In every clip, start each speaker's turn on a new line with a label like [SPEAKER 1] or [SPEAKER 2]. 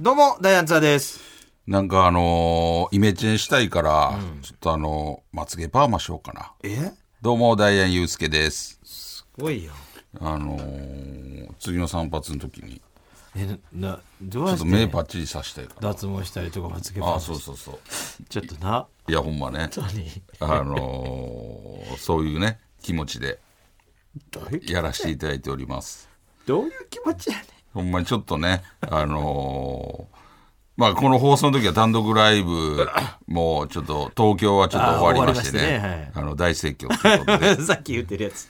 [SPEAKER 1] どうも、ダイアンツァです。
[SPEAKER 2] なんかあのーイメチェンしたいから、ちょっとあのーまつげパーマしようかな。
[SPEAKER 1] え
[SPEAKER 2] どうも、ダイアンユースケです。
[SPEAKER 1] すごいよ。
[SPEAKER 2] あのー次の散髪の時に、
[SPEAKER 3] えなどう
[SPEAKER 2] ちょ
[SPEAKER 3] や
[SPEAKER 2] っ
[SPEAKER 3] っ
[SPEAKER 2] と
[SPEAKER 3] て
[SPEAKER 2] 目パッチリさせたいから。
[SPEAKER 3] 脱毛したりとかまつげ
[SPEAKER 2] あ
[SPEAKER 3] パ
[SPEAKER 2] あ、
[SPEAKER 3] ン
[SPEAKER 2] そうそうそう。
[SPEAKER 3] ちょっとない
[SPEAKER 2] や、ほんまね。あのーそういうね、気持ちで
[SPEAKER 3] どういう
[SPEAKER 2] やらせていただいております。
[SPEAKER 3] どういう気持ちやね
[SPEAKER 2] ほんまにちょっとね、あのーまあ、この放送の時は単独ライブもちょっと東京はちょっと終わりましてね、
[SPEAKER 3] あー終わりましてね
[SPEAKER 2] あの大盛況というこ とで、
[SPEAKER 3] んさっき言ってるやつ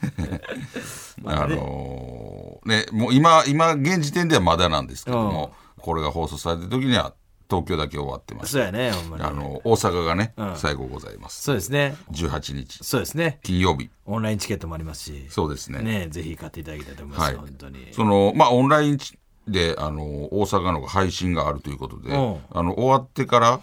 [SPEAKER 2] あのーね、もう今、今、現時点ではまだなんですけども、これが放送された時には、東京だけ終わってます。
[SPEAKER 3] そうやねほんまに
[SPEAKER 2] あの、大阪がね、
[SPEAKER 3] ん
[SPEAKER 2] 最後ございます。
[SPEAKER 3] そうですね
[SPEAKER 2] 18日、
[SPEAKER 3] そうですね
[SPEAKER 2] 金曜日。
[SPEAKER 3] オンラインチケットもありますし
[SPEAKER 2] そうですね。
[SPEAKER 3] ねぜひ買っていただきたいと思います、
[SPEAKER 2] はい
[SPEAKER 3] 本当に
[SPEAKER 2] その、まあ、オンラインで、あのー大阪の配信があるということで、
[SPEAKER 3] ん
[SPEAKER 2] あの、終わってから、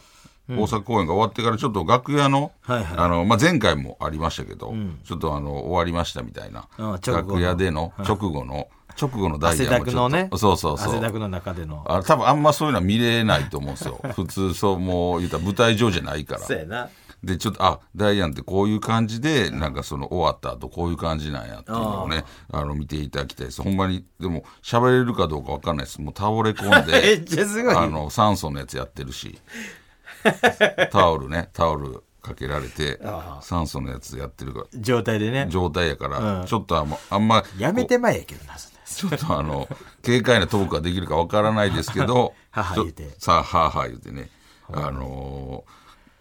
[SPEAKER 2] 大阪公演が終わってからちょっと楽屋の,、
[SPEAKER 3] はいはい
[SPEAKER 2] あのまあ、前回もありましたけど、ちょっとあの終わりましたみたいな
[SPEAKER 3] うん直後の
[SPEAKER 2] 楽屋での直後の直後のダイ
[SPEAKER 3] 汗
[SPEAKER 2] ヤ
[SPEAKER 3] だ
[SPEAKER 2] もちょ
[SPEAKER 3] く
[SPEAKER 2] っ
[SPEAKER 3] の
[SPEAKER 2] と、
[SPEAKER 3] ね
[SPEAKER 2] そうそうそう
[SPEAKER 3] 汗だくの中での
[SPEAKER 2] あ多分あんまそういうのは見れないと思う んですよ普通そうもう言ったら舞台上じゃないから
[SPEAKER 3] そうやな
[SPEAKER 2] でちょっとあダイアンってこういう感じでなんかその終わった後こういう感じなんやっていうのをねあの見ていただきたいですほんまにでも喋れるかどうか分かんないですもう倒れ込 ん
[SPEAKER 3] めっ
[SPEAKER 2] で
[SPEAKER 3] ちゃすごい
[SPEAKER 2] あの酸素のやつやって るしタオルねタオルかけられて酸素のやつやってるか
[SPEAKER 3] 状態でね
[SPEAKER 2] ら状態やから、
[SPEAKER 3] うん
[SPEAKER 2] ちょっとあんまあんま
[SPEAKER 3] やめてまえやけどなそんな
[SPEAKER 2] ちょっとあの、軽快なトークができるかわからないですけど、
[SPEAKER 3] はは
[SPEAKER 2] ちょ
[SPEAKER 3] 言うて
[SPEAKER 2] さあ、はあはあ言うてね、あの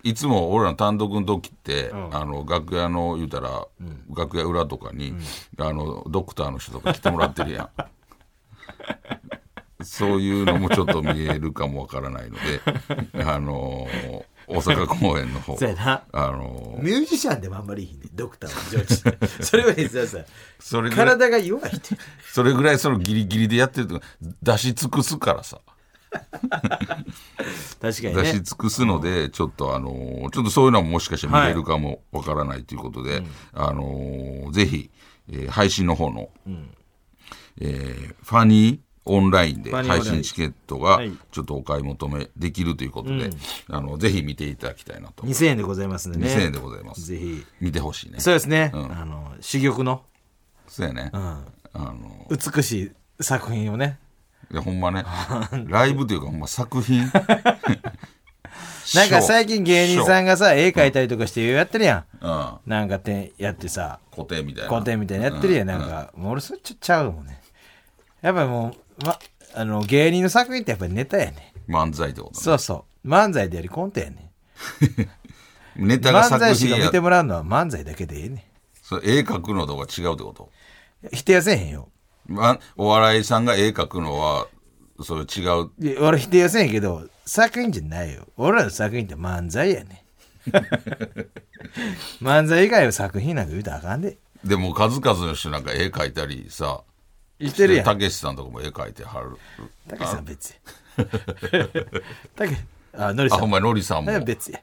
[SPEAKER 2] ーいつも俺らの単独の時って、あの、楽屋の、言うたら、楽屋裏とかに、あの、ドクターの人とか来てもらってるやん。 そういうのもちょっと見えるかもわからないの で、あのー大阪公演の方、
[SPEAKER 3] そうやな
[SPEAKER 2] あのー
[SPEAKER 3] ミュージシャンでもあんまりいいねドクターの 上司ってそれはねささ
[SPEAKER 2] それぐらい、
[SPEAKER 3] 体が弱いって
[SPEAKER 2] それぐらいそのギリギリでやってると出し尽くすからさ。
[SPEAKER 3] 確かに
[SPEAKER 2] 出し
[SPEAKER 3] ね
[SPEAKER 2] 尽くすので、ちょっとあのーちょっとそういうのももしかして見れるかもわからないということで、あのーぜひ、えー配信の方の、えーファニーオンラインで
[SPEAKER 3] ファニーオンライ
[SPEAKER 2] 配
[SPEAKER 3] ン
[SPEAKER 2] 信チケットが
[SPEAKER 3] はい
[SPEAKER 2] ちょっとお買い求めできるということで、あのぜひ見ていただきたいなと。
[SPEAKER 3] 2000円でございますんでね
[SPEAKER 2] 2000円でございます。
[SPEAKER 3] ぜひ
[SPEAKER 2] 見てほしいね。
[SPEAKER 3] そう
[SPEAKER 2] そ
[SPEAKER 3] ですね、
[SPEAKER 2] うん
[SPEAKER 3] あの珠玉の、
[SPEAKER 2] うやね。
[SPEAKER 3] う
[SPEAKER 2] あ
[SPEAKER 3] ん、
[SPEAKER 2] の
[SPEAKER 3] 美しい作品をね
[SPEAKER 2] いやほんま ね、ライブというかほんま作品。
[SPEAKER 3] なんか最近芸人さん
[SPEAKER 2] が、
[SPEAKER 3] がさ絵描いたりとかしてやってるやん、
[SPEAKER 2] うん、
[SPEAKER 3] なんかてやってさ
[SPEAKER 2] 固定みたいな。
[SPEAKER 3] コンテみたいなやってるやん、なんか、もう俺そっちょっとちゃうもんねやっぱりもう、ま、あの芸人の作品ってやっぱりネタやね
[SPEAKER 2] 漫才ってことね。
[SPEAKER 3] そうそう漫才でよりコントやね
[SPEAKER 2] ネタが
[SPEAKER 3] 漫
[SPEAKER 2] 作
[SPEAKER 3] 才師
[SPEAKER 2] 品
[SPEAKER 3] が見
[SPEAKER 2] や
[SPEAKER 3] てもらうのは漫才だけでええね
[SPEAKER 2] それ絵描くのとか違うってこと、
[SPEAKER 3] 否定はせえへんよ
[SPEAKER 2] ま、お笑いさんが絵描くのはそれ違う
[SPEAKER 3] いや俺否定はせんけど作品じゃないよ俺らの作品って漫才やね 漫才以外の作品なんか言うたらあかんで
[SPEAKER 2] でも数々の人なんか絵描いたりさ
[SPEAKER 3] 言ってるや
[SPEAKER 2] た
[SPEAKER 3] ん
[SPEAKER 2] けしさんとかも絵描いてはる
[SPEAKER 3] たけしさん別や たけあのり
[SPEAKER 2] あ
[SPEAKER 3] さん
[SPEAKER 2] ほんまにのりさんも
[SPEAKER 3] あ別や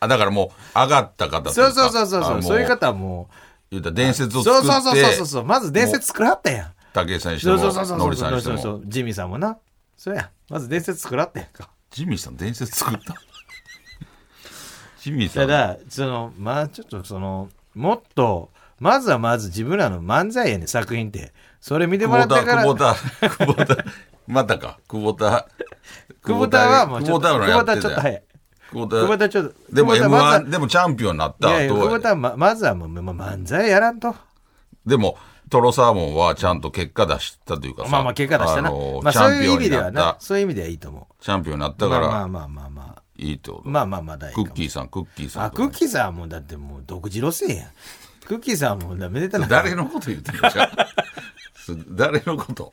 [SPEAKER 2] あだからもう上がった方というか
[SPEAKER 3] そうそうそうそう
[SPEAKER 2] あ
[SPEAKER 3] そ
[SPEAKER 2] も
[SPEAKER 3] うそういう方はも
[SPEAKER 2] 言うたら伝説
[SPEAKER 3] う
[SPEAKER 2] を
[SPEAKER 3] そ
[SPEAKER 2] 作
[SPEAKER 3] う
[SPEAKER 2] って
[SPEAKER 3] そうそうそうそうそうまず伝説作らはったやん
[SPEAKER 2] たけしさんにして
[SPEAKER 3] そ
[SPEAKER 2] も
[SPEAKER 3] うそうそうそう
[SPEAKER 2] の
[SPEAKER 3] そう
[SPEAKER 2] りさん
[SPEAKER 3] そう
[SPEAKER 2] にして
[SPEAKER 3] そうそ
[SPEAKER 2] も
[SPEAKER 3] うジミーさんもなそうやまず伝説作らはったやんか
[SPEAKER 2] ジミーさん伝説作ったジミーさ
[SPEAKER 3] た
[SPEAKER 2] ん
[SPEAKER 3] だそのまあちょっとそのもっとまずはまず自分らの漫才やねん作品ってそれ見てもら
[SPEAKER 2] 久
[SPEAKER 3] っ
[SPEAKER 2] 保田
[SPEAKER 3] たから
[SPEAKER 2] 久保田久保田またか久保田
[SPEAKER 3] 久保田はもうち
[SPEAKER 2] 久
[SPEAKER 3] ょ
[SPEAKER 2] 保
[SPEAKER 3] っと
[SPEAKER 2] 田のやってた
[SPEAKER 3] 久保田ちょっと早い
[SPEAKER 2] 久保田
[SPEAKER 3] 久保田ちょっと
[SPEAKER 2] でも
[SPEAKER 3] 久保田ま
[SPEAKER 2] M1
[SPEAKER 3] ず
[SPEAKER 2] でもチャンピオンになった
[SPEAKER 3] はいやいや
[SPEAKER 2] 後
[SPEAKER 3] 久保
[SPEAKER 2] は
[SPEAKER 3] 田はままずはもうま漫才やらんと
[SPEAKER 2] でもトロサーモンはちゃんと結果出したというかさ
[SPEAKER 3] まあまあ結果出したな
[SPEAKER 2] あの
[SPEAKER 3] まあ
[SPEAKER 2] チ
[SPEAKER 3] そう
[SPEAKER 2] ャン
[SPEAKER 3] い
[SPEAKER 2] ピ
[SPEAKER 3] う
[SPEAKER 2] オ
[SPEAKER 3] 意
[SPEAKER 2] ン
[SPEAKER 3] 味
[SPEAKER 2] に
[SPEAKER 3] で
[SPEAKER 2] な
[SPEAKER 3] は
[SPEAKER 2] っ
[SPEAKER 3] な
[SPEAKER 2] た
[SPEAKER 3] そういう意味ではいいと思う
[SPEAKER 2] チャンピオンになったか
[SPEAKER 3] まあ
[SPEAKER 2] ら
[SPEAKER 3] まあまあまあまあ
[SPEAKER 2] いいってこと
[SPEAKER 3] まあまあまあ大
[SPEAKER 2] クッキーさんクッキーさ
[SPEAKER 3] あ
[SPEAKER 2] ん
[SPEAKER 3] ク
[SPEAKER 2] と
[SPEAKER 3] ッ
[SPEAKER 2] か
[SPEAKER 3] キーさんはもうだってもう独自路線やんクッキーさんはもうだめでたな
[SPEAKER 2] 誰のこと言ってるじゃんそれ誰のこと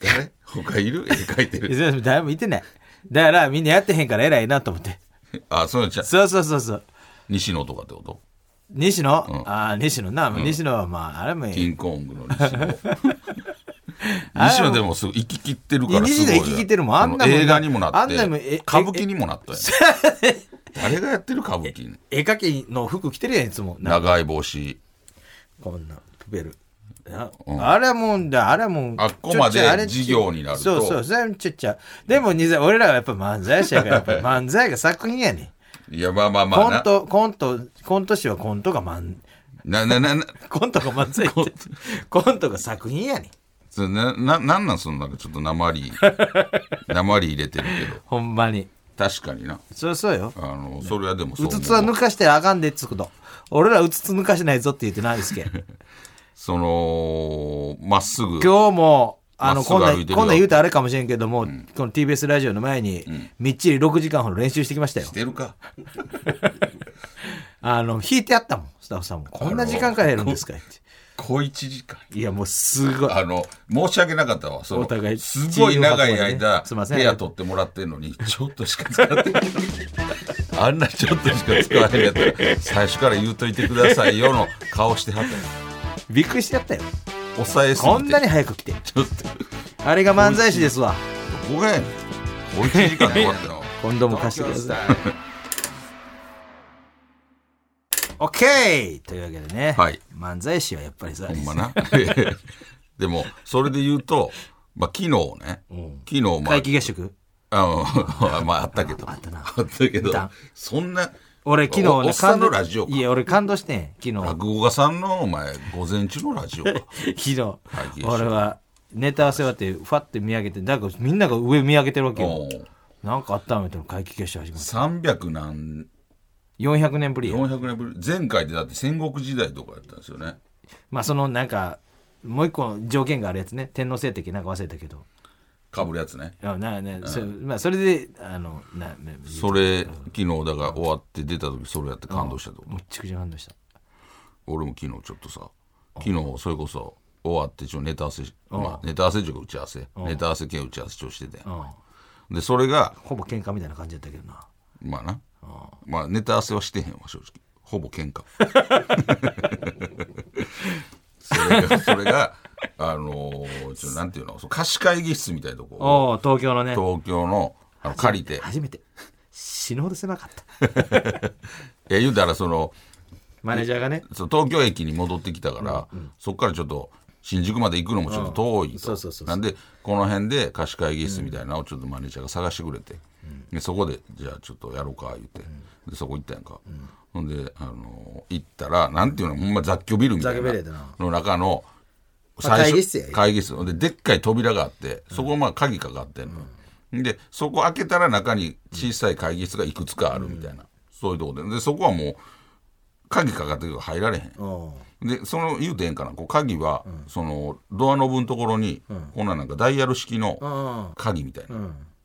[SPEAKER 2] 誰他いる絵描いて
[SPEAKER 3] い
[SPEAKER 2] る
[SPEAKER 3] や誰も見てないだからみんなやってへんから偉いなと思って。
[SPEAKER 2] あ、そうじゃ
[SPEAKER 3] そうそうそうそう。
[SPEAKER 2] 西野とかってこと
[SPEAKER 3] 西野、ああ、西野な。西野はまあ、あれもい
[SPEAKER 2] キ
[SPEAKER 3] い。
[SPEAKER 2] ングコングの 西野。西野でもすごい生き切ってるからす
[SPEAKER 3] 西
[SPEAKER 2] ごい
[SPEAKER 3] 野
[SPEAKER 2] よ。
[SPEAKER 3] 行き来てるもん。あんな
[SPEAKER 2] そ
[SPEAKER 3] も
[SPEAKER 2] の
[SPEAKER 3] ん
[SPEAKER 2] 映画にもな
[SPEAKER 3] あ
[SPEAKER 2] っ
[SPEAKER 3] ん
[SPEAKER 2] て、
[SPEAKER 3] なもんえ
[SPEAKER 2] 歌舞伎にもなったよ。 誰がやってる歌舞伎
[SPEAKER 3] え絵描きの服着てるやん、いつも。なんか
[SPEAKER 2] 長い帽子。
[SPEAKER 3] こんな、プペル。ああれはもんだ、あれはもう。
[SPEAKER 2] あっこまで
[SPEAKER 3] ちょっちゃいあれ
[SPEAKER 2] 事業になると
[SPEAKER 3] そうそう、それちっちゃい。でも、にざ俺らはやっぱ漫才師やから、やっ ぱ漫才が作品やねん。
[SPEAKER 2] いや、まあまあま
[SPEAKER 3] コ
[SPEAKER 2] あ
[SPEAKER 3] ント、コント、コント師はコントが漫、
[SPEAKER 2] な。な、な、な、
[SPEAKER 3] コントが漫才って。コントが作品やねん。
[SPEAKER 2] それな、な、なんなんそのなんかちょっと 鉛、鉛入れてるけど。
[SPEAKER 3] ほんまに。
[SPEAKER 2] 確かにな。
[SPEAKER 3] そうそうよ。
[SPEAKER 2] あの、それはでもそうう思
[SPEAKER 3] つ
[SPEAKER 2] う。
[SPEAKER 3] つは抜かしてあかんでっつうこと。俺らうつつ抜かしないぞって言ってないですけど。
[SPEAKER 2] その、まっすぐ。
[SPEAKER 3] 今日も、あ
[SPEAKER 2] ま
[SPEAKER 3] の、
[SPEAKER 2] っす
[SPEAKER 3] こ
[SPEAKER 2] ぐ
[SPEAKER 3] んな、
[SPEAKER 2] 歩いてるよ
[SPEAKER 3] こんなん言うとあれかもしれんけども、この TBS ラジオの前に、みっちり6時間ほど練習してきましたよ
[SPEAKER 2] し。てるか。
[SPEAKER 3] あの、弾いてあったもん、スタッフさんも。こんな時間からやるんですかって。
[SPEAKER 2] 小一時間。
[SPEAKER 3] いや、もうすごい。
[SPEAKER 2] あの、申し訳なかったわ。そ
[SPEAKER 3] お互
[SPEAKER 2] の、
[SPEAKER 3] い
[SPEAKER 2] すごい長い
[SPEAKER 3] 自由発行で
[SPEAKER 2] 間
[SPEAKER 3] ねすい、ません
[SPEAKER 2] 部屋取ってもらってんのに、ちょっとしか使ってない。あんなちょっとしか使わへんやったら、最初から言うといてくださいよの顔してはったよ
[SPEAKER 3] びっくりしてやったよ。
[SPEAKER 2] 抑えすぎて。
[SPEAKER 3] こんなに早く来て。
[SPEAKER 2] ちょっと、
[SPEAKER 3] あれが漫才師ですわ。
[SPEAKER 2] ごめん。小一時間で終わったの。
[SPEAKER 3] 今度も貸してください。
[SPEAKER 2] い。
[SPEAKER 3] オッケーというわけでね、
[SPEAKER 2] はい
[SPEAKER 3] 漫才師はやっぱりさ、
[SPEAKER 2] ほんまな。 でも、それで言うと、まあ、昨日ね、昨日、まあ
[SPEAKER 3] 会、期合宿
[SPEAKER 2] あの まあ、あったけど、あった
[SPEAKER 3] な
[SPEAKER 2] け ど
[SPEAKER 3] 見た、
[SPEAKER 2] そんな、
[SPEAKER 3] 俺昨日
[SPEAKER 2] おおっ
[SPEAKER 3] ね、
[SPEAKER 2] さんの
[SPEAKER 3] 動
[SPEAKER 2] ラジオか
[SPEAKER 3] いや、俺感動してん、昨日。
[SPEAKER 2] 落語家さんのお前午前中のラジオ か
[SPEAKER 3] 昨日
[SPEAKER 2] 議室
[SPEAKER 3] 俺はネタ合わせ終わってファって見上げてだからみんなが上見上げてるわけよ
[SPEAKER 2] おう
[SPEAKER 3] なんかあったのみたいな会期決勝始まっ
[SPEAKER 2] 300何
[SPEAKER 3] た400年ぶりや
[SPEAKER 2] 400年ぶり前回でだって戦国時代とかやったんですよね
[SPEAKER 3] まあそのなんかもう一個条件があるやつね天皇制的なんか忘れたけど
[SPEAKER 2] かぶるやつね
[SPEAKER 3] あななそ,、まあ、それであのななめ
[SPEAKER 2] それ昨日だから終わって出た時それやって感動したってこと
[SPEAKER 3] っちゃくちゃ感動した
[SPEAKER 2] 俺も昨日ちょっとさ昨日それこそ終わってちょっとネタ合わせしまあネタ合わせっていうか打ち合わせネタ合わせ兼打ち合わせちょっとしててでそれが
[SPEAKER 3] ほぼ喧嘩みたいな感じだったけどな
[SPEAKER 2] まあなまあネタ合わせはしてへんわ正直ほぼ喧 嘩それがそれがあのーちょっとなんていうのそう貸し会議室みたいなとこを
[SPEAKER 3] おお東京のね
[SPEAKER 2] 東京のあの借りて
[SPEAKER 3] 初めて死ぬほど狭かった
[SPEAKER 2] え言うたらその
[SPEAKER 3] マネージャーがね
[SPEAKER 2] そう東京駅に戻ってきたから、そこからちょっと新宿まで行くのもちょっと遠いと、
[SPEAKER 3] そうそうそうそう
[SPEAKER 2] なんでこの辺で貸し会議室みたいなのをちょっとマネージャーが探してくれて、でそこでじゃあちょっとやろうか言って、でそこ行ったやんか、ほんで、あのー行ったらなんていうのほんま雑居ビルみたい
[SPEAKER 3] 雑居ビルやで
[SPEAKER 2] な
[SPEAKER 3] な
[SPEAKER 2] の中の
[SPEAKER 3] まあ会議室や
[SPEAKER 2] 会議室ででっかい扉があってそこまあ鍵かかってんの、でそこ開けたら中に小さい会議室がいくつかあるみたいな、そういうとこででそこはもう鍵かかってるから入られへん、
[SPEAKER 3] うん
[SPEAKER 2] でその言うてええんかなこう鍵は、そのドアノブのところに、こんななんかダイヤル式の鍵みたい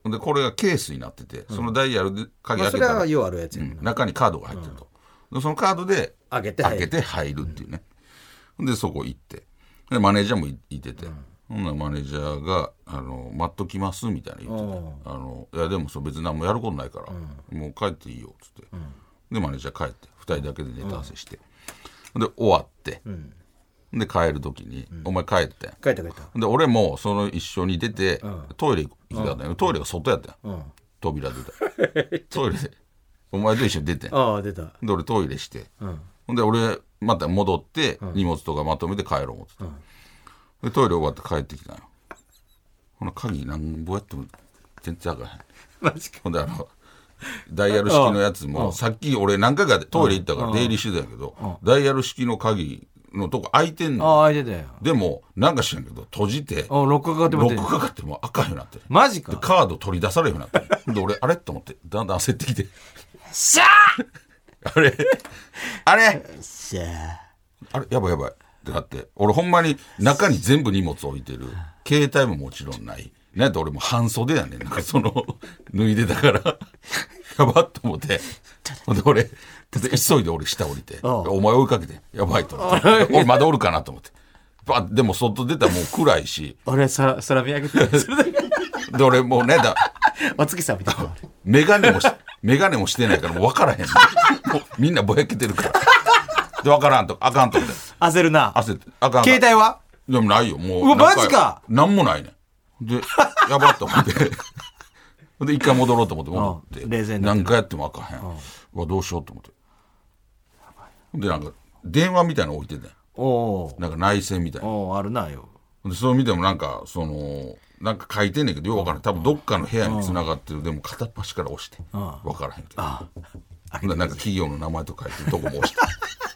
[SPEAKER 2] な、でこれがケースになっててそのダイヤルで鍵
[SPEAKER 3] まあそ
[SPEAKER 2] 開け
[SPEAKER 3] れ
[SPEAKER 2] たら、
[SPEAKER 3] はようあるやつ
[SPEAKER 2] う
[SPEAKER 3] や
[SPEAKER 2] ん中にカードが入ってると、でそのカードで
[SPEAKER 3] 開けて入
[SPEAKER 2] 開
[SPEAKER 3] る
[SPEAKER 2] けて入るっていうね、でそこ行ってでマネージャーもいいてて、ほんならマネージャーが「あの待っときます」みたいな言ってて「あのいやでもそう別に何もやることないから、もう帰っていいよ」っつって、でマネージャー帰って2人だけでネタ合わせして、で終わって、で帰る時に「お前帰ってん」
[SPEAKER 3] 書いた書いた
[SPEAKER 2] で俺もその一緒に出て、トイレ行きたかったんやけどトイレが外やったんや、扉出 たトイレでお前と一緒に出てん
[SPEAKER 3] ああ出た
[SPEAKER 2] で俺トイレして、ほんで俺また戻って荷物とかまとめて帰ろう思ってた、でトイレ終わって帰ってきたんよほな鍵なんぼやっても全然開かへん
[SPEAKER 3] マジか
[SPEAKER 2] ほんであのダイヤル式のやつもさっき俺何回かトイレ行ったから出入りしてたんやけどダイヤル式の鍵のとこ開いてんの
[SPEAKER 3] ああ開いてたよ
[SPEAKER 2] でもなんか知らんけど閉じて
[SPEAKER 3] あロックかかっても
[SPEAKER 2] ロ
[SPEAKER 3] らっ
[SPEAKER 2] ッ
[SPEAKER 3] て
[SPEAKER 2] クかかってもう赤いようになってる
[SPEAKER 3] マジか
[SPEAKER 2] でカード取り出されるようになってるで俺あれと思ってだんだん焦ってきて
[SPEAKER 3] しゃ
[SPEAKER 2] あれあれ
[SPEAKER 3] ーしゃ
[SPEAKER 2] あれやばいやばいってなって俺ほんまに中に全部荷物置いてる携帯ももちろんないなんやったら俺もう半袖やねんなんかその 脱いでたから やばっと思ってほんで俺で急いで俺下降りて
[SPEAKER 3] おう
[SPEAKER 2] お前追いかけてやばいと思って俺まだおるかなと思ってバッでも外出たらもう暗いし
[SPEAKER 3] 俺さ空見上げて
[SPEAKER 2] で俺もうねだ
[SPEAKER 3] お月さんみたいな。
[SPEAKER 2] メガネもし、メガネもしてないからもう分からへん。もうみんなぼやけてるから。で、分からんと、あかんと思って。
[SPEAKER 1] 焦るな。
[SPEAKER 2] 焦って、あかん。
[SPEAKER 1] 携帯は
[SPEAKER 2] でもないよ、もう。
[SPEAKER 1] うわ
[SPEAKER 2] 何回
[SPEAKER 1] マジか
[SPEAKER 2] なんもないねん。で、やばっと思って。 で、一回戻ろうと思って、戻って。
[SPEAKER 1] うん冷静になって
[SPEAKER 2] 何回やってもあかへん。うわ、どうしようと思って。で、なんか、電話みたいなの置いてて。
[SPEAKER 1] おう
[SPEAKER 2] なんか内線みたいな。
[SPEAKER 1] おうあるなよ。
[SPEAKER 2] でそれ見てもなんかそのなんか書いてんねんけどよくわからん多分どっかの部屋に繋がってるでも片っ端から押してわからへんけどほんならなんか企業の名前と書いてるとこも押して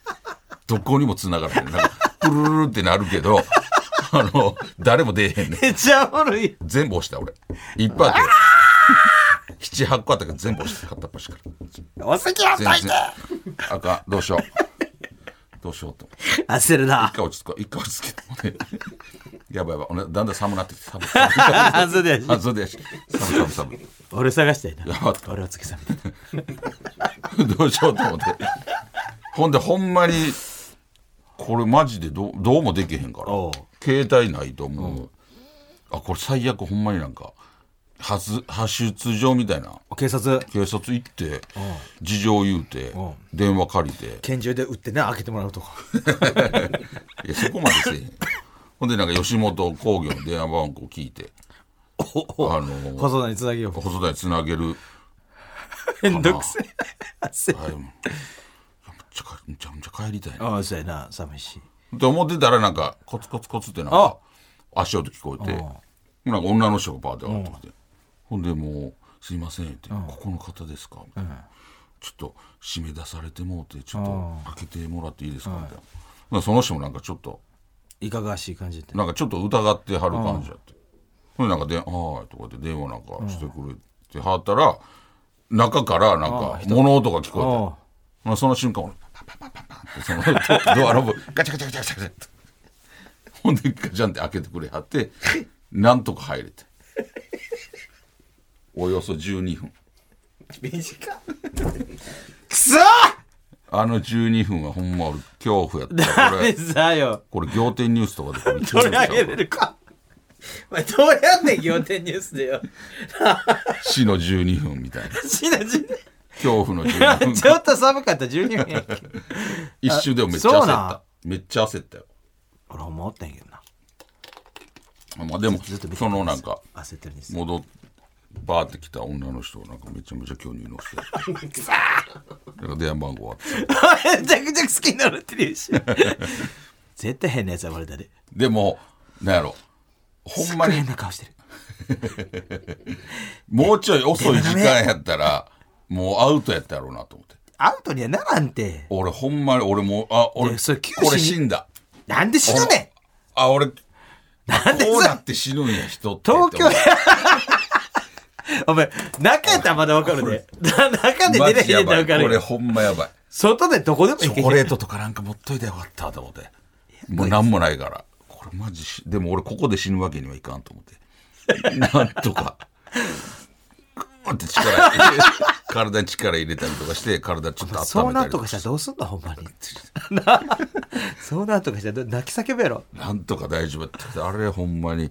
[SPEAKER 2] どこにも繋がらへんなんかプルルルってなるけどあの誰も出えへんねん
[SPEAKER 1] めっちゃおもろい。
[SPEAKER 2] 全部押した俺いっぱいあって78個あったけど全部押して片っ端から
[SPEAKER 3] お月は
[SPEAKER 2] 全然あかんどうしようどうしようと思って
[SPEAKER 1] 焦るな
[SPEAKER 2] 一。回落ち着こう一回落ち着けてやばいやばいほんでだんだん寒なってきて寒い
[SPEAKER 1] 焦るやし。
[SPEAKER 2] あ、そうだよ。寒い寒い
[SPEAKER 1] 俺探したいな。
[SPEAKER 2] やばった
[SPEAKER 1] 俺お月さんみたいな。
[SPEAKER 2] 寒い。どうしようと思って。ほんで、ほんまに、これマジでどうどうもできへんから
[SPEAKER 1] おう。
[SPEAKER 2] 携帯ないと思う。あ、これ最悪ほんまになんか、発発出所みたいな。
[SPEAKER 3] 警察、
[SPEAKER 2] 警察行って、事情言うて、電話借りて。
[SPEAKER 3] 拳銃で撃ってね、開けてもらうとか。
[SPEAKER 2] いや、そこまでせえへん。ほんで、なんか吉本興業の電話番号聞いて、あのー、
[SPEAKER 3] 細田につなげよう。
[SPEAKER 2] 細田につなげる。
[SPEAKER 3] めんどくせえ。焦る
[SPEAKER 2] あでもいやめっちゃ帰めちゃめちゃ帰りたいな。
[SPEAKER 3] ああ、そうやな、寂しい。
[SPEAKER 2] って思ってたらなんかコツコツコツってなんか足音聞こえてなんか女の人がバーって上がってきてほんでもう「すいません」って「ここの方ですか?」みたいな「ちょっと締め出されてもうてちょっと開けてもらっていいですか?」みたいなまあその人もなんかちょっと
[SPEAKER 3] いかがわしい感じで。
[SPEAKER 2] なんかちょっと疑ってはる感じやってほんでなんかで「はーい」とかって電話なんかしてくれてはったら中からなんか物音が聞こえてまあその瞬間俺そのドアノブガチャガチャガチャガチャガチャってほんでガチャンって開けてくれはってなんとか入れておよそ12分
[SPEAKER 3] 短っ。くそ
[SPEAKER 2] あの12分はほんま俺恐怖やった
[SPEAKER 3] ダ
[SPEAKER 2] こ
[SPEAKER 3] メ
[SPEAKER 2] れ
[SPEAKER 3] だよ。
[SPEAKER 2] これ仰天ニュースとかでこれ
[SPEAKER 3] 取り上げれるか。お前どうやんねん、仰天ニュースでよ。
[SPEAKER 2] 死の12分みたいな
[SPEAKER 3] 死ぬ死ぬ
[SPEAKER 2] 恐怖の12分
[SPEAKER 3] ちょっと寒かった、12分やけ。
[SPEAKER 2] 一瞬でもめっちゃ焦
[SPEAKER 3] そ
[SPEAKER 2] っ
[SPEAKER 3] うなん
[SPEAKER 2] ためっちゃ焦ったよ
[SPEAKER 3] 俺思ったんやけどな。
[SPEAKER 2] まあでも
[SPEAKER 3] ずっと見て
[SPEAKER 2] そのなんか
[SPEAKER 3] 焦ってるんです。
[SPEAKER 2] 戻っバーってきた女の人がなんかめちゃめちゃ巨乳のして なんか電話番号あって
[SPEAKER 3] めちゃくちゃ好きになるってる し。絶対変なやつはバレたで。
[SPEAKER 2] でも、なんやろ。ほんまに
[SPEAKER 3] 変、な顔してる。
[SPEAKER 2] もうちょい遅い時間やったら、もうアウトやったやろうなと思って。
[SPEAKER 3] アウトにはならんて。
[SPEAKER 2] 俺ほんまに、俺もう、あ、
[SPEAKER 3] い
[SPEAKER 2] 俺、
[SPEAKER 3] やそれ九死に
[SPEAKER 2] これ死んだ。
[SPEAKER 3] なんで死ぬねん
[SPEAKER 2] あ、俺、こ
[SPEAKER 3] なんで
[SPEAKER 2] うな
[SPEAKER 3] さ、
[SPEAKER 2] って死ぬんや、人って。
[SPEAKER 3] 東京
[SPEAKER 2] って
[SPEAKER 3] や。 お前、中やったらまだわかるで。な中で
[SPEAKER 2] 思っ
[SPEAKER 3] 出れへん
[SPEAKER 2] てマジ
[SPEAKER 3] ね
[SPEAKER 2] や
[SPEAKER 3] んたら
[SPEAKER 2] ばい。
[SPEAKER 3] わ
[SPEAKER 2] こ
[SPEAKER 3] かる
[SPEAKER 2] れ
[SPEAKER 3] よ。
[SPEAKER 2] ほんまやばい。
[SPEAKER 3] 外でどこでも
[SPEAKER 2] チ
[SPEAKER 3] 行け
[SPEAKER 2] ョ
[SPEAKER 3] へん
[SPEAKER 2] コレートとかなんか持っといてよかったと思って。もうなんもないから。これマジし、でも俺ここで死ぬわけにはいかんと思って。なんとか。グーって力入 れて、体に力入れたりとかして、体ちょっと温めたり
[SPEAKER 3] そうなんとか
[SPEAKER 2] か
[SPEAKER 3] し
[SPEAKER 2] して
[SPEAKER 3] たらどうすんのほんまに。 なそうなんとかしたらどう泣き叫ぶやろ。
[SPEAKER 2] なんとか大丈夫だって。あれほんまに、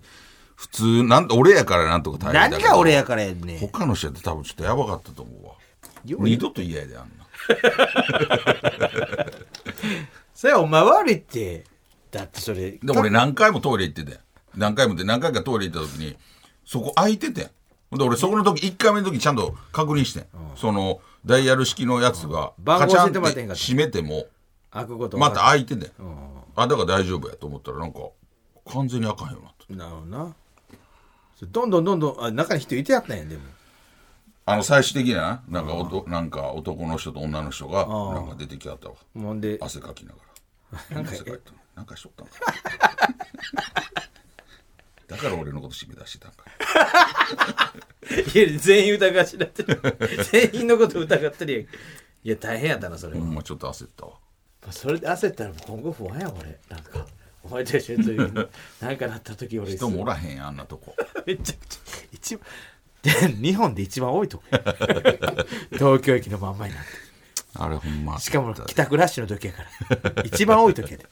[SPEAKER 2] 普通、なん俺やからなんとか大変だ
[SPEAKER 3] 何
[SPEAKER 2] けど。
[SPEAKER 3] が俺やからやねん。
[SPEAKER 2] 他の人やって多分ちょっとやばかったと思うわ。
[SPEAKER 3] よう
[SPEAKER 2] 二度と嫌やで、あんな。
[SPEAKER 3] それお前悪いって。だってそれ、
[SPEAKER 2] で、俺何回もトイレ行ってて。何回もで、何回かトイレ行った時に、そこ空いててん。ほんで、俺そこの時、1回目の時ちゃんと確認してん。その、ダイヤル式のやつが、
[SPEAKER 3] ん番号
[SPEAKER 2] カチャン
[SPEAKER 3] 教え
[SPEAKER 2] っ
[SPEAKER 3] てもらってへんか
[SPEAKER 2] て
[SPEAKER 3] った
[SPEAKER 2] 閉めても、
[SPEAKER 3] 開くこと
[SPEAKER 2] また
[SPEAKER 3] あ
[SPEAKER 2] 空いててん。あ、だから大丈夫やと思ったら、なんか、完全にあかんようになって。
[SPEAKER 3] なるほどな。それどんどんどんどん、あ中に人いてやったんやん、でも。
[SPEAKER 2] あの、最終的な、なんかおと、なんか男の人と女の人が、なんか出てきはったわ。
[SPEAKER 3] もんで、
[SPEAKER 2] 汗かきながら。汗かいたのなんかしとった んかな。だから俺のこと締め出してたんか。
[SPEAKER 3] いや全員疑わしになってる全員のこと疑ってるやんいや大変やったなそれ
[SPEAKER 2] ほ
[SPEAKER 3] は、
[SPEAKER 2] んまちょっと焦ったわ。
[SPEAKER 3] それで焦ったらもう今後不安や俺なんかお前と一緒にそういうなんかなった時俺
[SPEAKER 2] 人もおらへんやんあんなとこ。
[SPEAKER 3] めちゃくちゃ一番で日本で一番多いとこ や東京駅の真ん前なんて
[SPEAKER 2] あれほんま。
[SPEAKER 3] しかも帰宅ラッシュの時やから一番多い時やで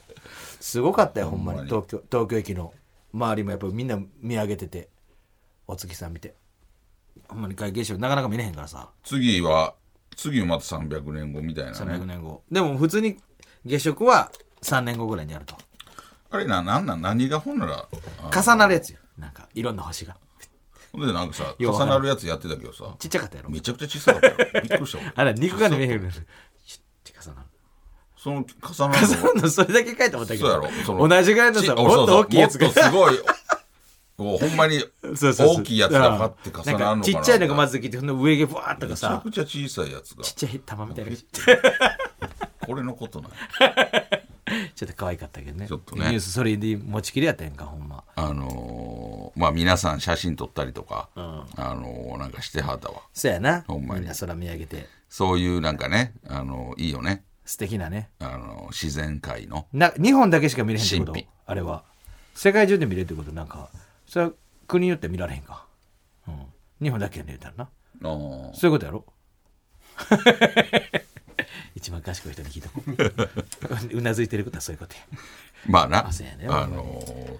[SPEAKER 3] すごかったよほんまに
[SPEAKER 2] ほんま
[SPEAKER 3] 東京東京駅の周りもやっぱみんな見上げててお月さん見てほんまに会計資料なかなか見れへんからさ
[SPEAKER 2] 次は次また300年後みたいな
[SPEAKER 3] 300
[SPEAKER 2] ね
[SPEAKER 3] 年後でも普通に月食は3年後ぐらいにやると
[SPEAKER 2] あれななんなん何がほんならあ
[SPEAKER 3] 重なるやつよなんかいろんな星が
[SPEAKER 2] ほんでなんかさ
[SPEAKER 3] ようわ
[SPEAKER 2] 重
[SPEAKER 3] からん
[SPEAKER 2] なるやつやってたけどさ
[SPEAKER 3] ちっちゃかったやろ
[SPEAKER 2] めちゃくちゃ小さかったよびっくりした俺
[SPEAKER 3] あれ肉眼で見えへんようになるちょっと重なる
[SPEAKER 2] その重なる
[SPEAKER 3] 重なるの それだけ書いてもらったけ
[SPEAKER 2] そうやろ
[SPEAKER 3] ど
[SPEAKER 2] その
[SPEAKER 3] 同じぐらいの
[SPEAKER 2] ち
[SPEAKER 3] さ
[SPEAKER 2] お
[SPEAKER 3] もっと大きいやつ
[SPEAKER 2] そう
[SPEAKER 3] が
[SPEAKER 2] そうもっとすごいお ほんまに
[SPEAKER 3] そうそうそう
[SPEAKER 2] 大きいやつがパッて重なるのか
[SPEAKER 3] ん
[SPEAKER 2] な
[SPEAKER 3] ちっちゃいのがまず来てほんで上毛ブワーッとか
[SPEAKER 2] めちゃ
[SPEAKER 3] さ
[SPEAKER 2] くちゃ小さいやつが
[SPEAKER 3] ちっちゃい玉みたいなの が
[SPEAKER 2] これのことない
[SPEAKER 3] ちょっと可愛かったけどね
[SPEAKER 2] ちょっとね
[SPEAKER 3] ニュースそれで持ちきりやったやんかほんま
[SPEAKER 2] あのーまあ皆さん写真撮ったりとか、あのーなんかしてはったわ
[SPEAKER 3] そうやな
[SPEAKER 2] ほんまに
[SPEAKER 3] みんな空見上げて
[SPEAKER 2] そういうなんかね、あのーいいよね、
[SPEAKER 3] 素敵なね
[SPEAKER 2] あのー自然界の
[SPEAKER 3] な日本だけしか見れへんってこと
[SPEAKER 2] 神秘
[SPEAKER 3] あれは世界中で見れるってことなんかそれは国によって見られへんか、うん、日本だけやね言うたらな
[SPEAKER 2] あー
[SPEAKER 3] そういうことや ろ一番賢い人に聞いたこう うなずいてることはそういうことや
[SPEAKER 2] まあな
[SPEAKER 3] あそうやね
[SPEAKER 2] あの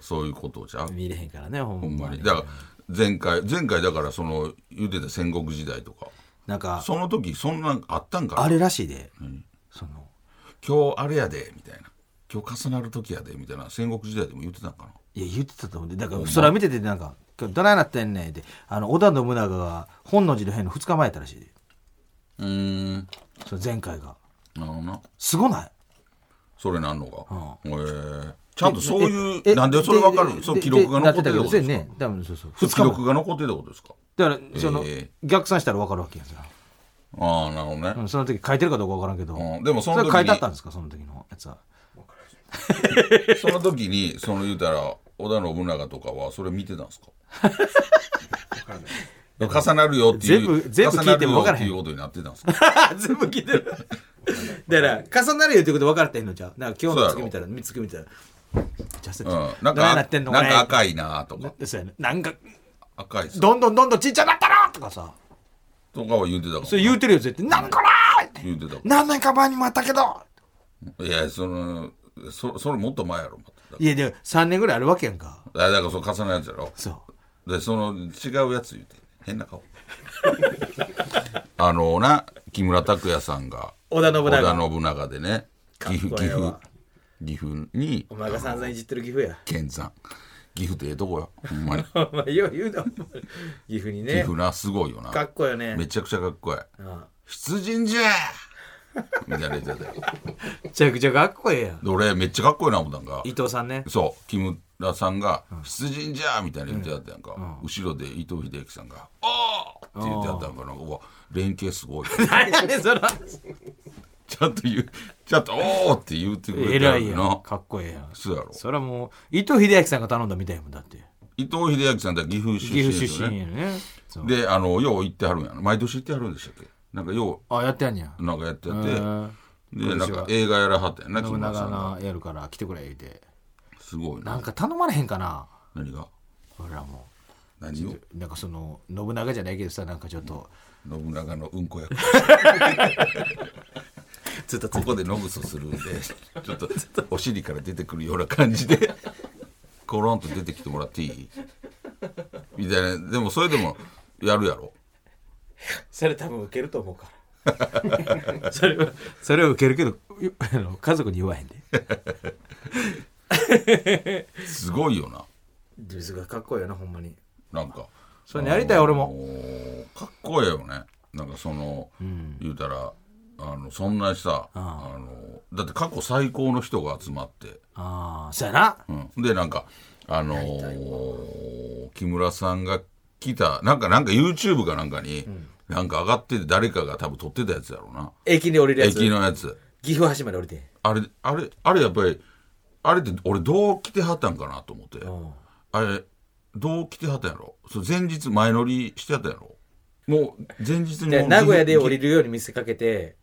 [SPEAKER 2] ーそういうことじゃん
[SPEAKER 3] 見れへんからねほんま
[SPEAKER 2] ほん
[SPEAKER 3] に
[SPEAKER 2] まにだから前回前回だからその言うてた戦国時代とか
[SPEAKER 3] なんか
[SPEAKER 2] その時そんなんあったんかな
[SPEAKER 3] あれらしいで、その
[SPEAKER 2] 今日あれやでみたいな今日重なる時やでみたいな戦国時代でも言ってたんかない
[SPEAKER 3] や言ってたと思うんでだから空見ててなんか「今日どないなってんねん」ってあの織田信長が本能寺の変の2日前やったらしいで
[SPEAKER 2] うーん
[SPEAKER 3] その前回が
[SPEAKER 2] なるほどな
[SPEAKER 3] すごない
[SPEAKER 2] それなんのか、えーちゃんとそういう
[SPEAKER 3] え
[SPEAKER 2] なんでそれわかる
[SPEAKER 3] で
[SPEAKER 2] そう
[SPEAKER 3] で
[SPEAKER 2] 記録が残っ
[SPEAKER 3] で
[SPEAKER 2] てるってことです
[SPEAKER 3] なってたけどそうや
[SPEAKER 2] か
[SPEAKER 3] ね多分そうそう
[SPEAKER 2] 記
[SPEAKER 3] 2日
[SPEAKER 2] 録が残ってるってことですか
[SPEAKER 3] だからその、
[SPEAKER 2] え
[SPEAKER 3] 逆算したら分かるわけやから、
[SPEAKER 2] ああなるほどね、
[SPEAKER 3] うん、その時書いてるかどうか分からんけど、
[SPEAKER 2] うんでもその時に
[SPEAKER 3] れ書いてあったんですかその時のやつは
[SPEAKER 2] その時にその言うたら織田信長とかはそれ見てたんですか重なるよっていう
[SPEAKER 3] 全部全部聞いても分からへん
[SPEAKER 2] 重なるよっていうことになってたんです か
[SPEAKER 3] 全部聞いてるだから重なるよってこと分からってんのじゃうなんか今日の月見たら月見たらじゃあ そっち
[SPEAKER 2] うん、なん
[SPEAKER 3] どな
[SPEAKER 2] か
[SPEAKER 3] いなってんの
[SPEAKER 2] なんか
[SPEAKER 3] い
[SPEAKER 2] 赤いなとか
[SPEAKER 3] そうやねなんか
[SPEAKER 2] 赤いっす
[SPEAKER 3] どんどんどんどんちっちゃなったなとかさ
[SPEAKER 2] とかは言うてたかも
[SPEAKER 3] それ言うてるよ絶対なんかなーって
[SPEAKER 2] 言うてたか
[SPEAKER 3] 何年か前にもあったけど
[SPEAKER 2] もいやそのそそれもっと前やろまた
[SPEAKER 3] いやでも3年ぐらいあるわけやんか
[SPEAKER 2] あだからそう重なるやつやろ
[SPEAKER 3] そう
[SPEAKER 2] でその違うやつ言うて変な 顔あのな木村拓哉さんが
[SPEAKER 3] 織田信長
[SPEAKER 2] 織田信長でね岐阜
[SPEAKER 3] か
[SPEAKER 2] 岐
[SPEAKER 3] っこええ
[SPEAKER 2] 阜
[SPEAKER 3] わ
[SPEAKER 2] 岐阜に
[SPEAKER 3] お前が散々いじってる岐阜や
[SPEAKER 2] 県山岐阜ってええとこよほんまに岐
[SPEAKER 3] お前よう言うなお前岐阜にね
[SPEAKER 2] 阜なすごいよな
[SPEAKER 3] かっこいいよね
[SPEAKER 2] めちゃくちゃかっこいい
[SPEAKER 3] うん
[SPEAKER 2] 出陣じゃみたいなやつやで
[SPEAKER 3] めちゃくちゃかっこええやん
[SPEAKER 2] で俺めっちゃかっこいいな思ったんが
[SPEAKER 3] 伊藤さん ね
[SPEAKER 2] そう木村さんが「出陣じゃ!」みたいな言ってやったやんか、後ろで伊藤英樹さんが「おー!」って言ってやったやんかなんかうわ連携すごい
[SPEAKER 3] 何やね んその
[SPEAKER 2] ちゃんと言うちゃんと「おー!」って言ってくれて
[SPEAKER 3] 偉いやん
[SPEAKER 2] な
[SPEAKER 3] かっこええやん
[SPEAKER 2] そうやろ
[SPEAKER 3] それはもう伊藤英明さんが頼んだみたいやもんだって
[SPEAKER 2] 伊藤英明さんって岐阜出
[SPEAKER 3] 岐
[SPEAKER 2] 身
[SPEAKER 3] 阜
[SPEAKER 2] です
[SPEAKER 3] 出
[SPEAKER 2] よ
[SPEAKER 3] 身
[SPEAKER 2] ね
[SPEAKER 3] やねそう
[SPEAKER 2] であのよう行ってはるんやな毎年行ってはるんでしたっけなんかよ
[SPEAKER 3] あやってやんねや
[SPEAKER 2] うなんかやってやっ
[SPEAKER 3] へ
[SPEAKER 2] て、
[SPEAKER 3] ー
[SPEAKER 2] でなんか映画やらはったやんな木
[SPEAKER 3] 信
[SPEAKER 2] 村さ
[SPEAKER 3] 長
[SPEAKER 2] んが
[SPEAKER 3] のやるから来てくれ言うて
[SPEAKER 2] すごい
[SPEAKER 3] な
[SPEAKER 2] なん
[SPEAKER 3] か頼まれへんかな
[SPEAKER 2] 何が
[SPEAKER 3] 俺らも
[SPEAKER 2] 何を
[SPEAKER 3] なんかその信長じゃないけどさなんかちょっと
[SPEAKER 2] 信長のうんこ役
[SPEAKER 3] ずっと
[SPEAKER 2] ここでノブソするんでちょっとお尻から出てくるような感じでコロンと出てきてもらっていいみたいなでもそれでもやるやろ
[SPEAKER 3] それ多分受けると思うから。 それは、それは受けるけど、よあの家族に言わへんで。
[SPEAKER 2] すごいよな
[SPEAKER 3] 自分がかっこいいよな、ほんまに。
[SPEAKER 2] なんか
[SPEAKER 3] それやりたい、俺
[SPEAKER 2] お
[SPEAKER 3] も。
[SPEAKER 2] ーかっこええよねなんかその、言うたらあのそんなさあのだって過去最高の人が集まって、
[SPEAKER 3] ああ、そうやな。
[SPEAKER 2] うん、でなんかあのー木村さんが来たなんかなんか YouTube かなんかに、なんか上がってて誰かが多分撮ってたやつやろうな
[SPEAKER 3] 駅に降りるやつ。
[SPEAKER 2] 駅のやつ
[SPEAKER 3] 岐阜橋まで降りて。
[SPEAKER 2] あれあれあれやっぱりあれって俺どう来てはったんかなと思って、
[SPEAKER 3] ん
[SPEAKER 2] あれどう来てはったんやろそう前日前乗りしてはったんやろもう前日に
[SPEAKER 3] で
[SPEAKER 2] もう
[SPEAKER 3] 名古屋で降り
[SPEAKER 2] る
[SPEAKER 3] るように見せかけて、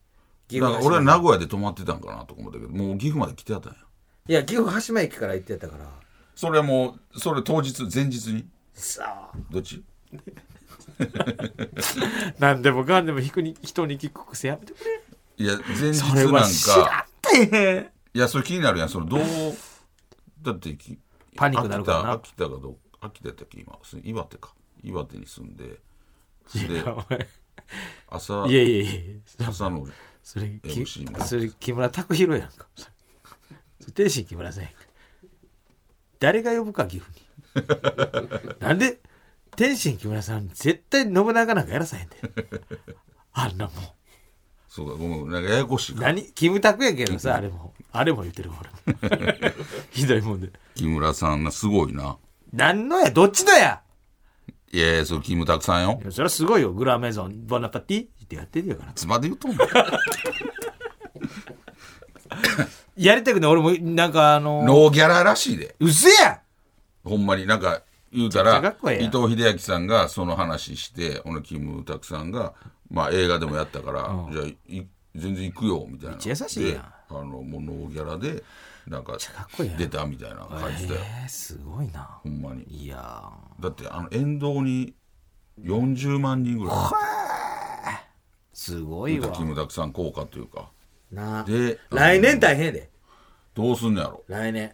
[SPEAKER 3] 岐
[SPEAKER 2] だ
[SPEAKER 3] 阜
[SPEAKER 2] か
[SPEAKER 3] 橋ま
[SPEAKER 2] ら
[SPEAKER 3] で
[SPEAKER 2] 俺は名古屋で泊まってたんかなとか思ったけどもう岐阜まで来てはったんや
[SPEAKER 3] いや、岐阜橋前駅から行ってたから。
[SPEAKER 2] それはもうそれ当日前日に
[SPEAKER 3] さあ。
[SPEAKER 2] どっち
[SPEAKER 3] なんでもかんでも人に人に聞く癖やめてくれ。
[SPEAKER 2] いや前日
[SPEAKER 3] そ
[SPEAKER 2] な
[SPEAKER 3] れ
[SPEAKER 2] んか
[SPEAKER 3] は知らんて。
[SPEAKER 2] いやそれ気になるやんそれどうだってき
[SPEAKER 3] パニックになるからな
[SPEAKER 2] 秋田秋田がどう秋田やったっけ今す岩手か岩手に住んでで朝
[SPEAKER 3] いやいやいや、
[SPEAKER 2] 朝の
[SPEAKER 3] それ、き
[SPEAKER 2] MC も
[SPEAKER 3] それ木村拓弘やんか。それ天心木村さんやんか。誰が呼ぶか、岐阜 に。なんで、天心木村さん、絶対信長なんかやらさへんで。あんなもん。
[SPEAKER 2] そうかごめんなんかややこしいな
[SPEAKER 3] 何キムタクやけどさ、あれも。あれも言ってる、俺も。 ひどいもんで。
[SPEAKER 2] 木村さんなすごいな
[SPEAKER 3] 何のや、どっちのや。
[SPEAKER 2] いやいやそうキムタクさんよ
[SPEAKER 3] いやそれはすごいよ。グラメゾン、ボナパティってやってるやから。
[SPEAKER 2] つまで言うと んの
[SPEAKER 3] やりたくない、俺も、なんかあの
[SPEAKER 2] ノーギャラらしいで
[SPEAKER 3] うせや
[SPEAKER 2] ほんまになんか言うた
[SPEAKER 3] めっちゃからっこええやん
[SPEAKER 2] 伊藤英明さんがその話してこのキムタクさんが、まあ、映画でもやったから、じゃあい全然行くよみたいな
[SPEAKER 3] めっちゃ優しいやん
[SPEAKER 2] であのもうノーギャラでなんか
[SPEAKER 3] かっこええやん
[SPEAKER 2] 出たみたいな感じだよ、
[SPEAKER 3] えー、すごいな。
[SPEAKER 2] ほんまに
[SPEAKER 3] いや
[SPEAKER 2] だってあの沿道に40万人ぐらい
[SPEAKER 3] ー、すごいわ。
[SPEAKER 2] キムタクさん効果というか
[SPEAKER 3] なあ
[SPEAKER 2] で
[SPEAKER 3] 来年大変やで。
[SPEAKER 2] どうすんのやろ
[SPEAKER 3] 来年。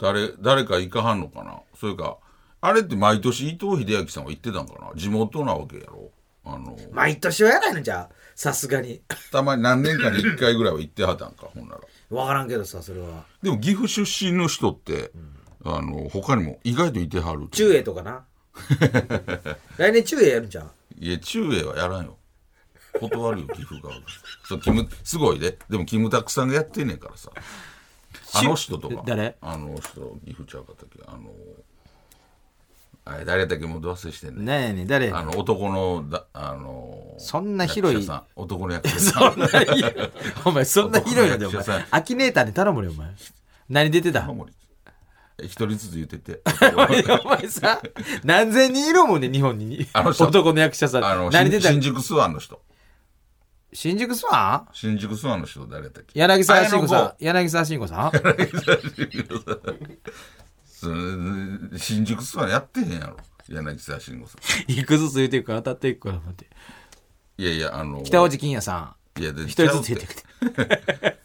[SPEAKER 2] 誰誰か行かはんのかなそれかあれって毎年伊藤英明さんは行ってたんかな地元なわけやろあの
[SPEAKER 3] 毎年はやらへんじゃあさすがに。
[SPEAKER 2] たまに何年かに1回ぐらいは行ってはったんかほんなら
[SPEAKER 3] わからんけどさ、それは。
[SPEAKER 2] でも岐阜出身の人って、あの他にも意外といてはる
[SPEAKER 3] 中英とか な。来年中英やるんじゃん。
[SPEAKER 2] いや中英はやらんよ断るよ岐阜側がそうキムすごいででもキムタクさんがやってんねんからさあの人とか
[SPEAKER 3] 誰
[SPEAKER 2] あの人岐阜ちゃうかったっけあのあれ誰やったっけもうど忘れしてんねん
[SPEAKER 3] ねえねえ、誰
[SPEAKER 2] あの男のだあの
[SPEAKER 3] そんな広い
[SPEAKER 2] 役者さん男の役者 さ
[SPEAKER 3] そ
[SPEAKER 2] ん
[SPEAKER 3] んな広い。お前、そんな広い ので、お前
[SPEAKER 2] 役者さ。
[SPEAKER 3] アキネーターに頼むよ、お前。何出てた
[SPEAKER 2] 玉森え一人ずつ言っ てて
[SPEAKER 3] お前さ、何千人いるもんね、日本に。
[SPEAKER 2] あの人
[SPEAKER 3] 男の役者さん。
[SPEAKER 2] あの
[SPEAKER 3] 何出て
[SPEAKER 2] 新
[SPEAKER 3] た
[SPEAKER 2] 新宿スワンの人
[SPEAKER 3] 新宿スワン
[SPEAKER 2] 新宿スワンの人誰だったっけ
[SPEAKER 3] 柳沢慎吾
[SPEAKER 2] 綾野
[SPEAKER 3] さ
[SPEAKER 2] 剛
[SPEAKER 3] ん。柳沢慎吾さん
[SPEAKER 2] それ新宿スワンやってへんやろ柳沢慎吾さん
[SPEAKER 3] いくずつ言っていくから、当たっていくから、待って。
[SPEAKER 2] いやいやあの
[SPEAKER 3] 北大路欣也さ
[SPEAKER 2] いやで
[SPEAKER 3] ん。一人ずつ言っていくて。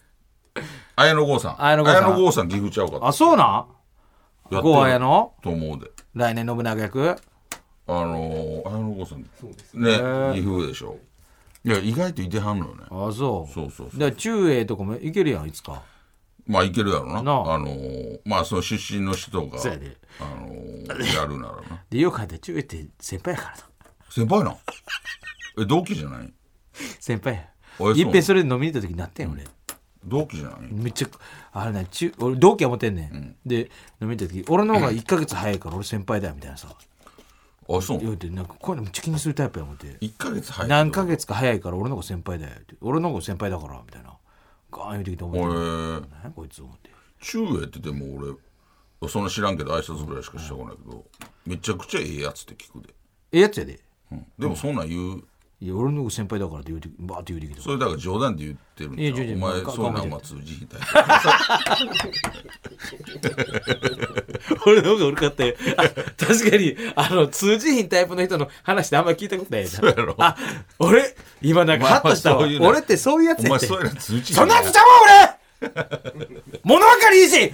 [SPEAKER 2] 綾野剛さん
[SPEAKER 3] 綾野剛さん
[SPEAKER 2] 剛さん岐阜ちゃうかった
[SPEAKER 3] あ、そうなん
[SPEAKER 2] やってる
[SPEAKER 3] ゴー綾野
[SPEAKER 2] と思うで
[SPEAKER 3] 来年信長役
[SPEAKER 2] あの綾野剛さんね岐阜でしょいや意外といてはんのよね
[SPEAKER 3] あ、そう。
[SPEAKER 2] そうそうそう
[SPEAKER 3] だから中英とかもいけるやん、いつか。
[SPEAKER 2] まあいけるやろなあ
[SPEAKER 3] なあ
[SPEAKER 2] のーまあその出身の人があ
[SPEAKER 3] そうやで
[SPEAKER 2] のーやるならな
[SPEAKER 3] で、よく書いて中英って先輩やからな。
[SPEAKER 2] 先輩なんえ同期じゃない
[SPEAKER 3] 先輩や
[SPEAKER 2] あそう。
[SPEAKER 3] いっぺんそれで飲みに行った時になってん、俺。
[SPEAKER 2] 同期じゃない
[SPEAKER 3] めっちゃあれね中俺同期は持ってんねん、で飲みに行った時俺の方が1か月早いから俺先輩だよみたいなさ
[SPEAKER 2] あそう
[SPEAKER 3] 言うてなんかこういうのめっちゃ気にするタイプや思って
[SPEAKER 2] 1ヶ月早いけど
[SPEAKER 3] 何ヶ月か早いから俺の方が先輩だよって俺の方が先輩だからみたいなガーン言うてきて思って
[SPEAKER 2] 俺
[SPEAKER 3] 何やこいつ思って
[SPEAKER 2] 中英ってでも俺そんな知らんけど挨拶ぐらいしかしてこないけどめちゃくちゃええやつって聞くで、
[SPEAKER 3] ええやつやで
[SPEAKER 2] うんでもそんなん言う
[SPEAKER 3] いや俺の方が先輩だからって言うてバーって言うてきて
[SPEAKER 2] それだから冗談で言ってるん
[SPEAKER 3] いやい
[SPEAKER 2] じ
[SPEAKER 3] や
[SPEAKER 2] ゃ
[SPEAKER 3] い
[SPEAKER 2] んお
[SPEAKER 3] や
[SPEAKER 2] 前
[SPEAKER 3] か
[SPEAKER 2] そういうのはまあ通じひんタイ プ
[SPEAKER 3] 俺の方が俺かってあ 確かにあの通じひんタイプの人の話ってあんまり聞いたことないな
[SPEAKER 2] やろ
[SPEAKER 3] あ俺今なんかハッとしたわ、
[SPEAKER 2] お前そういうの
[SPEAKER 3] 俺ってそういうやつ
[SPEAKER 2] お
[SPEAKER 3] や
[SPEAKER 2] 前
[SPEAKER 3] って
[SPEAKER 2] そういうの通じひ
[SPEAKER 3] そんなやつちゃうわ俺物分かりいいし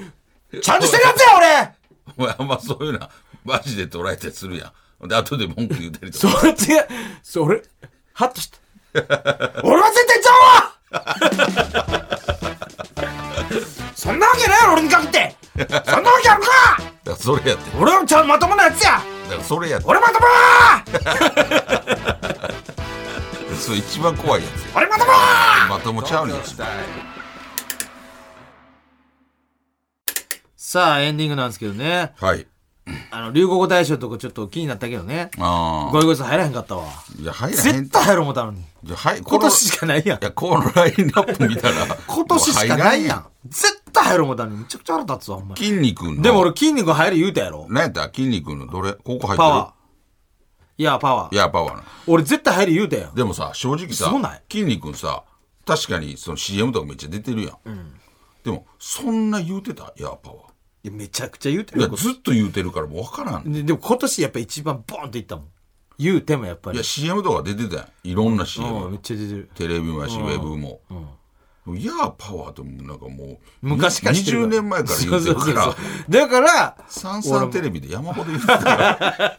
[SPEAKER 3] ちゃんとしてるやつや
[SPEAKER 2] お前あんまそういうのはマジで捉えたりするやんで後で文句言うたりとか
[SPEAKER 3] 俺そっちがそれハッとした俺は絶対ちゃうわそんなわけないやろ俺に限ってそんなわけあるか
[SPEAKER 2] だからそれやってだ
[SPEAKER 3] 俺はちゃんまともなやつや
[SPEAKER 2] からそれやって
[SPEAKER 3] 俺まとも
[SPEAKER 2] それ一番怖いやつや
[SPEAKER 3] 俺まとも
[SPEAKER 2] まともちゃうねん一番
[SPEAKER 3] さあエンディングなんですけどね
[SPEAKER 2] はい
[SPEAKER 3] あの流行語大賞とかちょっと気になったけどね
[SPEAKER 2] あ
[SPEAKER 3] ゴイゴイス入らへんかったわ
[SPEAKER 2] あいや入らへん
[SPEAKER 3] 絶対入ろう思ったのに
[SPEAKER 2] いやはい
[SPEAKER 3] 今
[SPEAKER 2] この
[SPEAKER 3] 年しかないやん
[SPEAKER 2] いやこのラインナップ見たら
[SPEAKER 3] 今年しかないや
[SPEAKER 2] も
[SPEAKER 3] ん。絶対入るもんだね。めちゃくちゃ腹立つわ、お前
[SPEAKER 2] う。入らんやん筋肉の
[SPEAKER 3] でも俺筋肉入る言うたやろ。
[SPEAKER 2] 何やった筋肉のどれここ入ってる
[SPEAKER 3] パワー。いや、パワ
[SPEAKER 2] い
[SPEAKER 3] ー。
[SPEAKER 2] やパワーな
[SPEAKER 3] 俺絶対入る言うたやん。
[SPEAKER 2] でもさ正直さ
[SPEAKER 3] そうなんや
[SPEAKER 2] 筋肉さ確かにその CM とかめっちゃ出てるやん、でもそんな言うてたいやパワ
[SPEAKER 3] いや、めちゃくちゃ言うて
[SPEAKER 2] ーい
[SPEAKER 3] る
[SPEAKER 2] や
[SPEAKER 3] よ。
[SPEAKER 2] ずっと言うてるからもう分からん、い
[SPEAKER 3] ででも今年やっぱ一番ボーンっていったもん。言うてもやっぱり
[SPEAKER 2] や。CM とか出てたやんいろんな CM、
[SPEAKER 3] うん、めっちゃ出てる。
[SPEAKER 2] テレビもやし、ウェブも、いやパワーってもうなんかもう
[SPEAKER 3] 昔から知ってる
[SPEAKER 2] 20年前から言うてるから
[SPEAKER 3] そうそうそうそうだから、
[SPEAKER 2] 三三テレビで山ほど言ってたから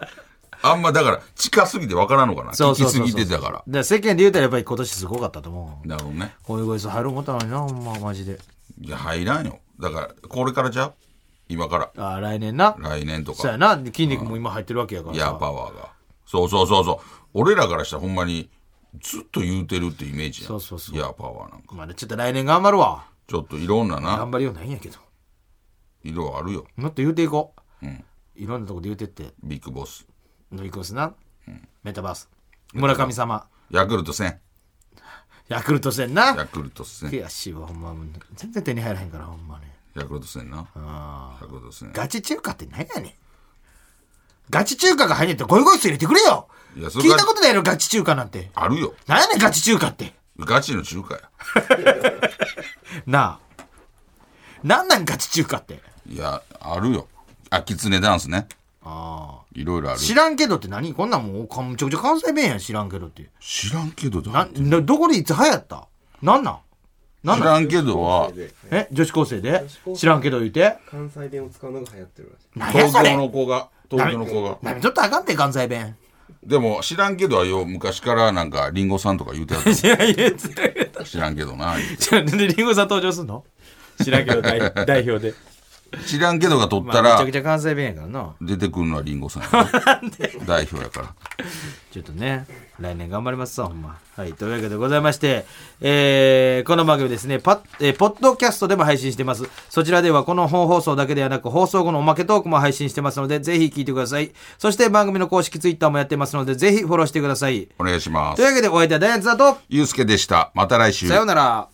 [SPEAKER 2] あんまだから近すぎてわからんのかな
[SPEAKER 3] そ
[SPEAKER 2] 聞
[SPEAKER 3] うそ
[SPEAKER 2] き
[SPEAKER 3] う
[SPEAKER 2] す
[SPEAKER 3] そうそう
[SPEAKER 2] ぎてたから
[SPEAKER 3] だ世間で言うたらやっぱり今年すごかったと思う
[SPEAKER 2] なるほどね
[SPEAKER 3] こういう声入ろう思ったのになほんまマジで
[SPEAKER 2] いや入らんよだからこれからじゃう今から
[SPEAKER 3] ああ来年な
[SPEAKER 2] 来年と
[SPEAKER 3] そうや
[SPEAKER 2] か
[SPEAKER 3] な筋肉も今入ってるわけやから
[SPEAKER 2] いや
[SPEAKER 3] さ
[SPEAKER 2] パワーがそうそうそうそう俺らからしたらほんまにずっと言うてるってイメージやん
[SPEAKER 3] そうそうそう
[SPEAKER 2] いやパワーなんか
[SPEAKER 3] まあねちょっと来年頑張るわ
[SPEAKER 2] ちょっといろんなな
[SPEAKER 3] 頑張りようないんやけど
[SPEAKER 2] 色あるよ
[SPEAKER 3] もっと言うていこう、いろんなとこで言うてって
[SPEAKER 2] ビッグボス
[SPEAKER 3] 乗り越すな、メタバース村上様
[SPEAKER 2] ヤクルト1000
[SPEAKER 3] ヤクルト戦な
[SPEAKER 2] ヤクルト1000
[SPEAKER 3] 悔しいわほんま全然手に入らへんからほんまね
[SPEAKER 2] ヤクルト1000なヤクルト1000
[SPEAKER 3] ガチ中華って何やねんガチ中華が入んねんってゴイゴイスー入れてくれよ
[SPEAKER 2] いやそれ
[SPEAKER 3] 聞いたことないのガチ中華なんて
[SPEAKER 2] あるよ
[SPEAKER 3] 何やねんガチ中華って
[SPEAKER 2] ガチの中華や
[SPEAKER 3] なあなんなんガチ中華って
[SPEAKER 2] いやあるよあキツネダンスね
[SPEAKER 3] ああ
[SPEAKER 2] いろいろある
[SPEAKER 3] 知らんけどって何こんなんもうかむちゃくちゃ関西弁やん知らんけどって
[SPEAKER 2] 知らんけど
[SPEAKER 3] な
[SPEAKER 2] だ
[SPEAKER 3] などこでいつ流行ったなんなんなん
[SPEAKER 2] 知
[SPEAKER 3] なん
[SPEAKER 2] らんけどは
[SPEAKER 3] え女子高生で知らんけど言うて
[SPEAKER 4] 関西弁を使うのが流行ってるらしい。
[SPEAKER 3] 何や
[SPEAKER 2] 東
[SPEAKER 3] それ
[SPEAKER 2] 京の子が東京の子が
[SPEAKER 3] なめとったらあかんて関西弁
[SPEAKER 2] でも知らんけどはよう昔からなんかリンゴさんとか言うてたと思
[SPEAKER 3] いやいやつ
[SPEAKER 2] う知らんけどな言うて
[SPEAKER 3] じゃあなんでリンゴさん登場すんの知らんけど 代代表で、
[SPEAKER 2] 知らんけどが取った
[SPEAKER 3] めち
[SPEAKER 2] ら
[SPEAKER 3] ゃくちゃ関西弁やからな
[SPEAKER 2] 出てくるのはリンゴさんやね代表やから
[SPEAKER 3] ちょっとね来年頑張りますわほんまはいというわけでございまして、えーこの番組ですねパッ、えーポッドキャストでも配信してますそちらではこの本放送だけではなく放送後のおまけトークも配信してますのでぜひ聞いてくださいそして番組の公式ツイッターもやってますのでぜひフォローしてください
[SPEAKER 2] お願いしま
[SPEAKER 3] という
[SPEAKER 2] す
[SPEAKER 3] わけでお相手はダイアンツだと
[SPEAKER 2] ゆうすけでしたまた来週
[SPEAKER 3] さようなら